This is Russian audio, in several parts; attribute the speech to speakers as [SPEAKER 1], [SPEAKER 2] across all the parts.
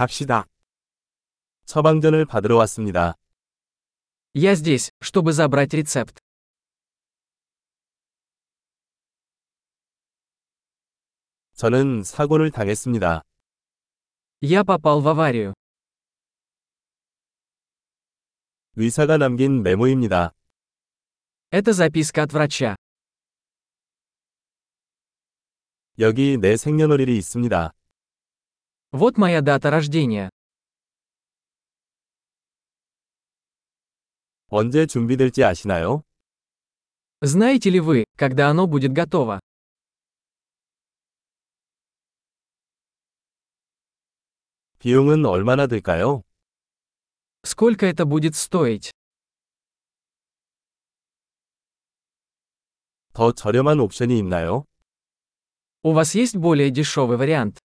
[SPEAKER 1] 갑시다. 처방전을 받으러 왔습니다.
[SPEAKER 2] Я здесь, чтобы забрать рецепт.
[SPEAKER 1] 저는 사고를 당했습니다.
[SPEAKER 2] Я попал в аварию.
[SPEAKER 1] 의사가 남긴 메모입니다.
[SPEAKER 2] Это записка от врача.
[SPEAKER 1] 여기 내 생년월일이 있습니다.
[SPEAKER 2] Вот моя дата рождения.
[SPEAKER 1] 언제 준비될지 아시나요?
[SPEAKER 2] Знаете ли вы, когда оно будет готово?
[SPEAKER 1] 비용은 얼마나 들까요?
[SPEAKER 2] Сколько это будет стоить?
[SPEAKER 1] 더 저렴한 옵션이 있나요?
[SPEAKER 2] У вас есть более дешевый вариант?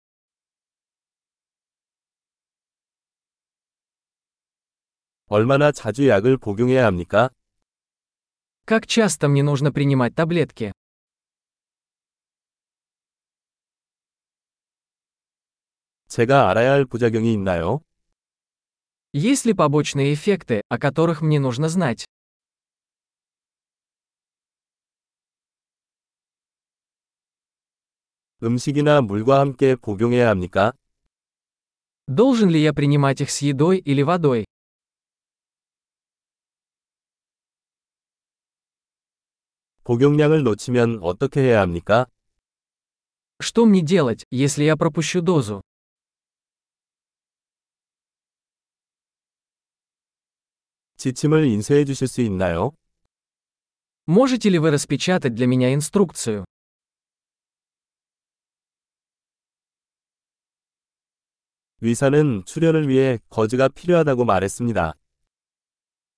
[SPEAKER 1] 얼마나 자주 약을 복용해야 합니까?
[SPEAKER 2] Как часто мне нужно принимать таблетки?
[SPEAKER 1] 제가 알아야 할 부작용이 있나요?
[SPEAKER 2] Есть ли побочные эффекты, о которых мне нужно знать?
[SPEAKER 1] 음식이나 물과 함께 복용해야 합니까?
[SPEAKER 2] Должен ли я принимать их с едой или водой?
[SPEAKER 1] 복용량을 놓치면 어떻게 해야 합니까?
[SPEAKER 2] Что мне делать, если я пропущу дозу?
[SPEAKER 1] 지침을 인쇄해 주실 수 있나요?
[SPEAKER 2] Можете ли вы распечатать для меня инструкцию?
[SPEAKER 1] 의사는 출혈을 위해 거즈가 필요하다고 말했습니다.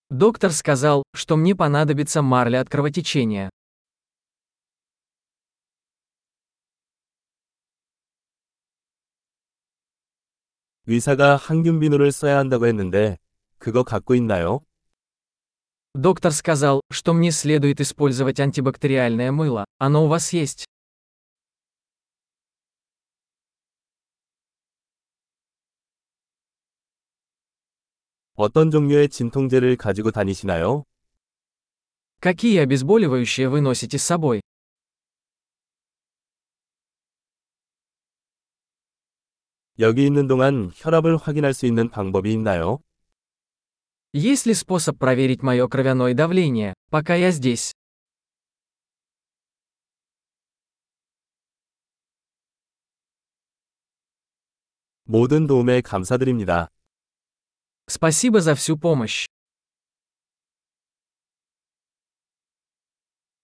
[SPEAKER 2] Доктор сказал, что мне понадобится марля от кровотечения.
[SPEAKER 1] 의사가 항균 비누를 써야 한다고 했는데 그거 갖고 있나요?
[SPEAKER 2] Доктор сказал, что мне следует использовать антибактериальное мыло. Оно у вас есть?
[SPEAKER 1] 어떤 종류의 진통제를 가지고 다니시나요?
[SPEAKER 2] Какие обезболивающие вы носите с собой?
[SPEAKER 1] 여기 있는 동안 혈압을 확인할 수 있는 방법이 있나요?
[SPEAKER 2] Есть ли способ проверить мое кровяное давление, пока я здесь?
[SPEAKER 1] 모든 도움에 감사드립니다.
[SPEAKER 2] Спасибо за всю помощь.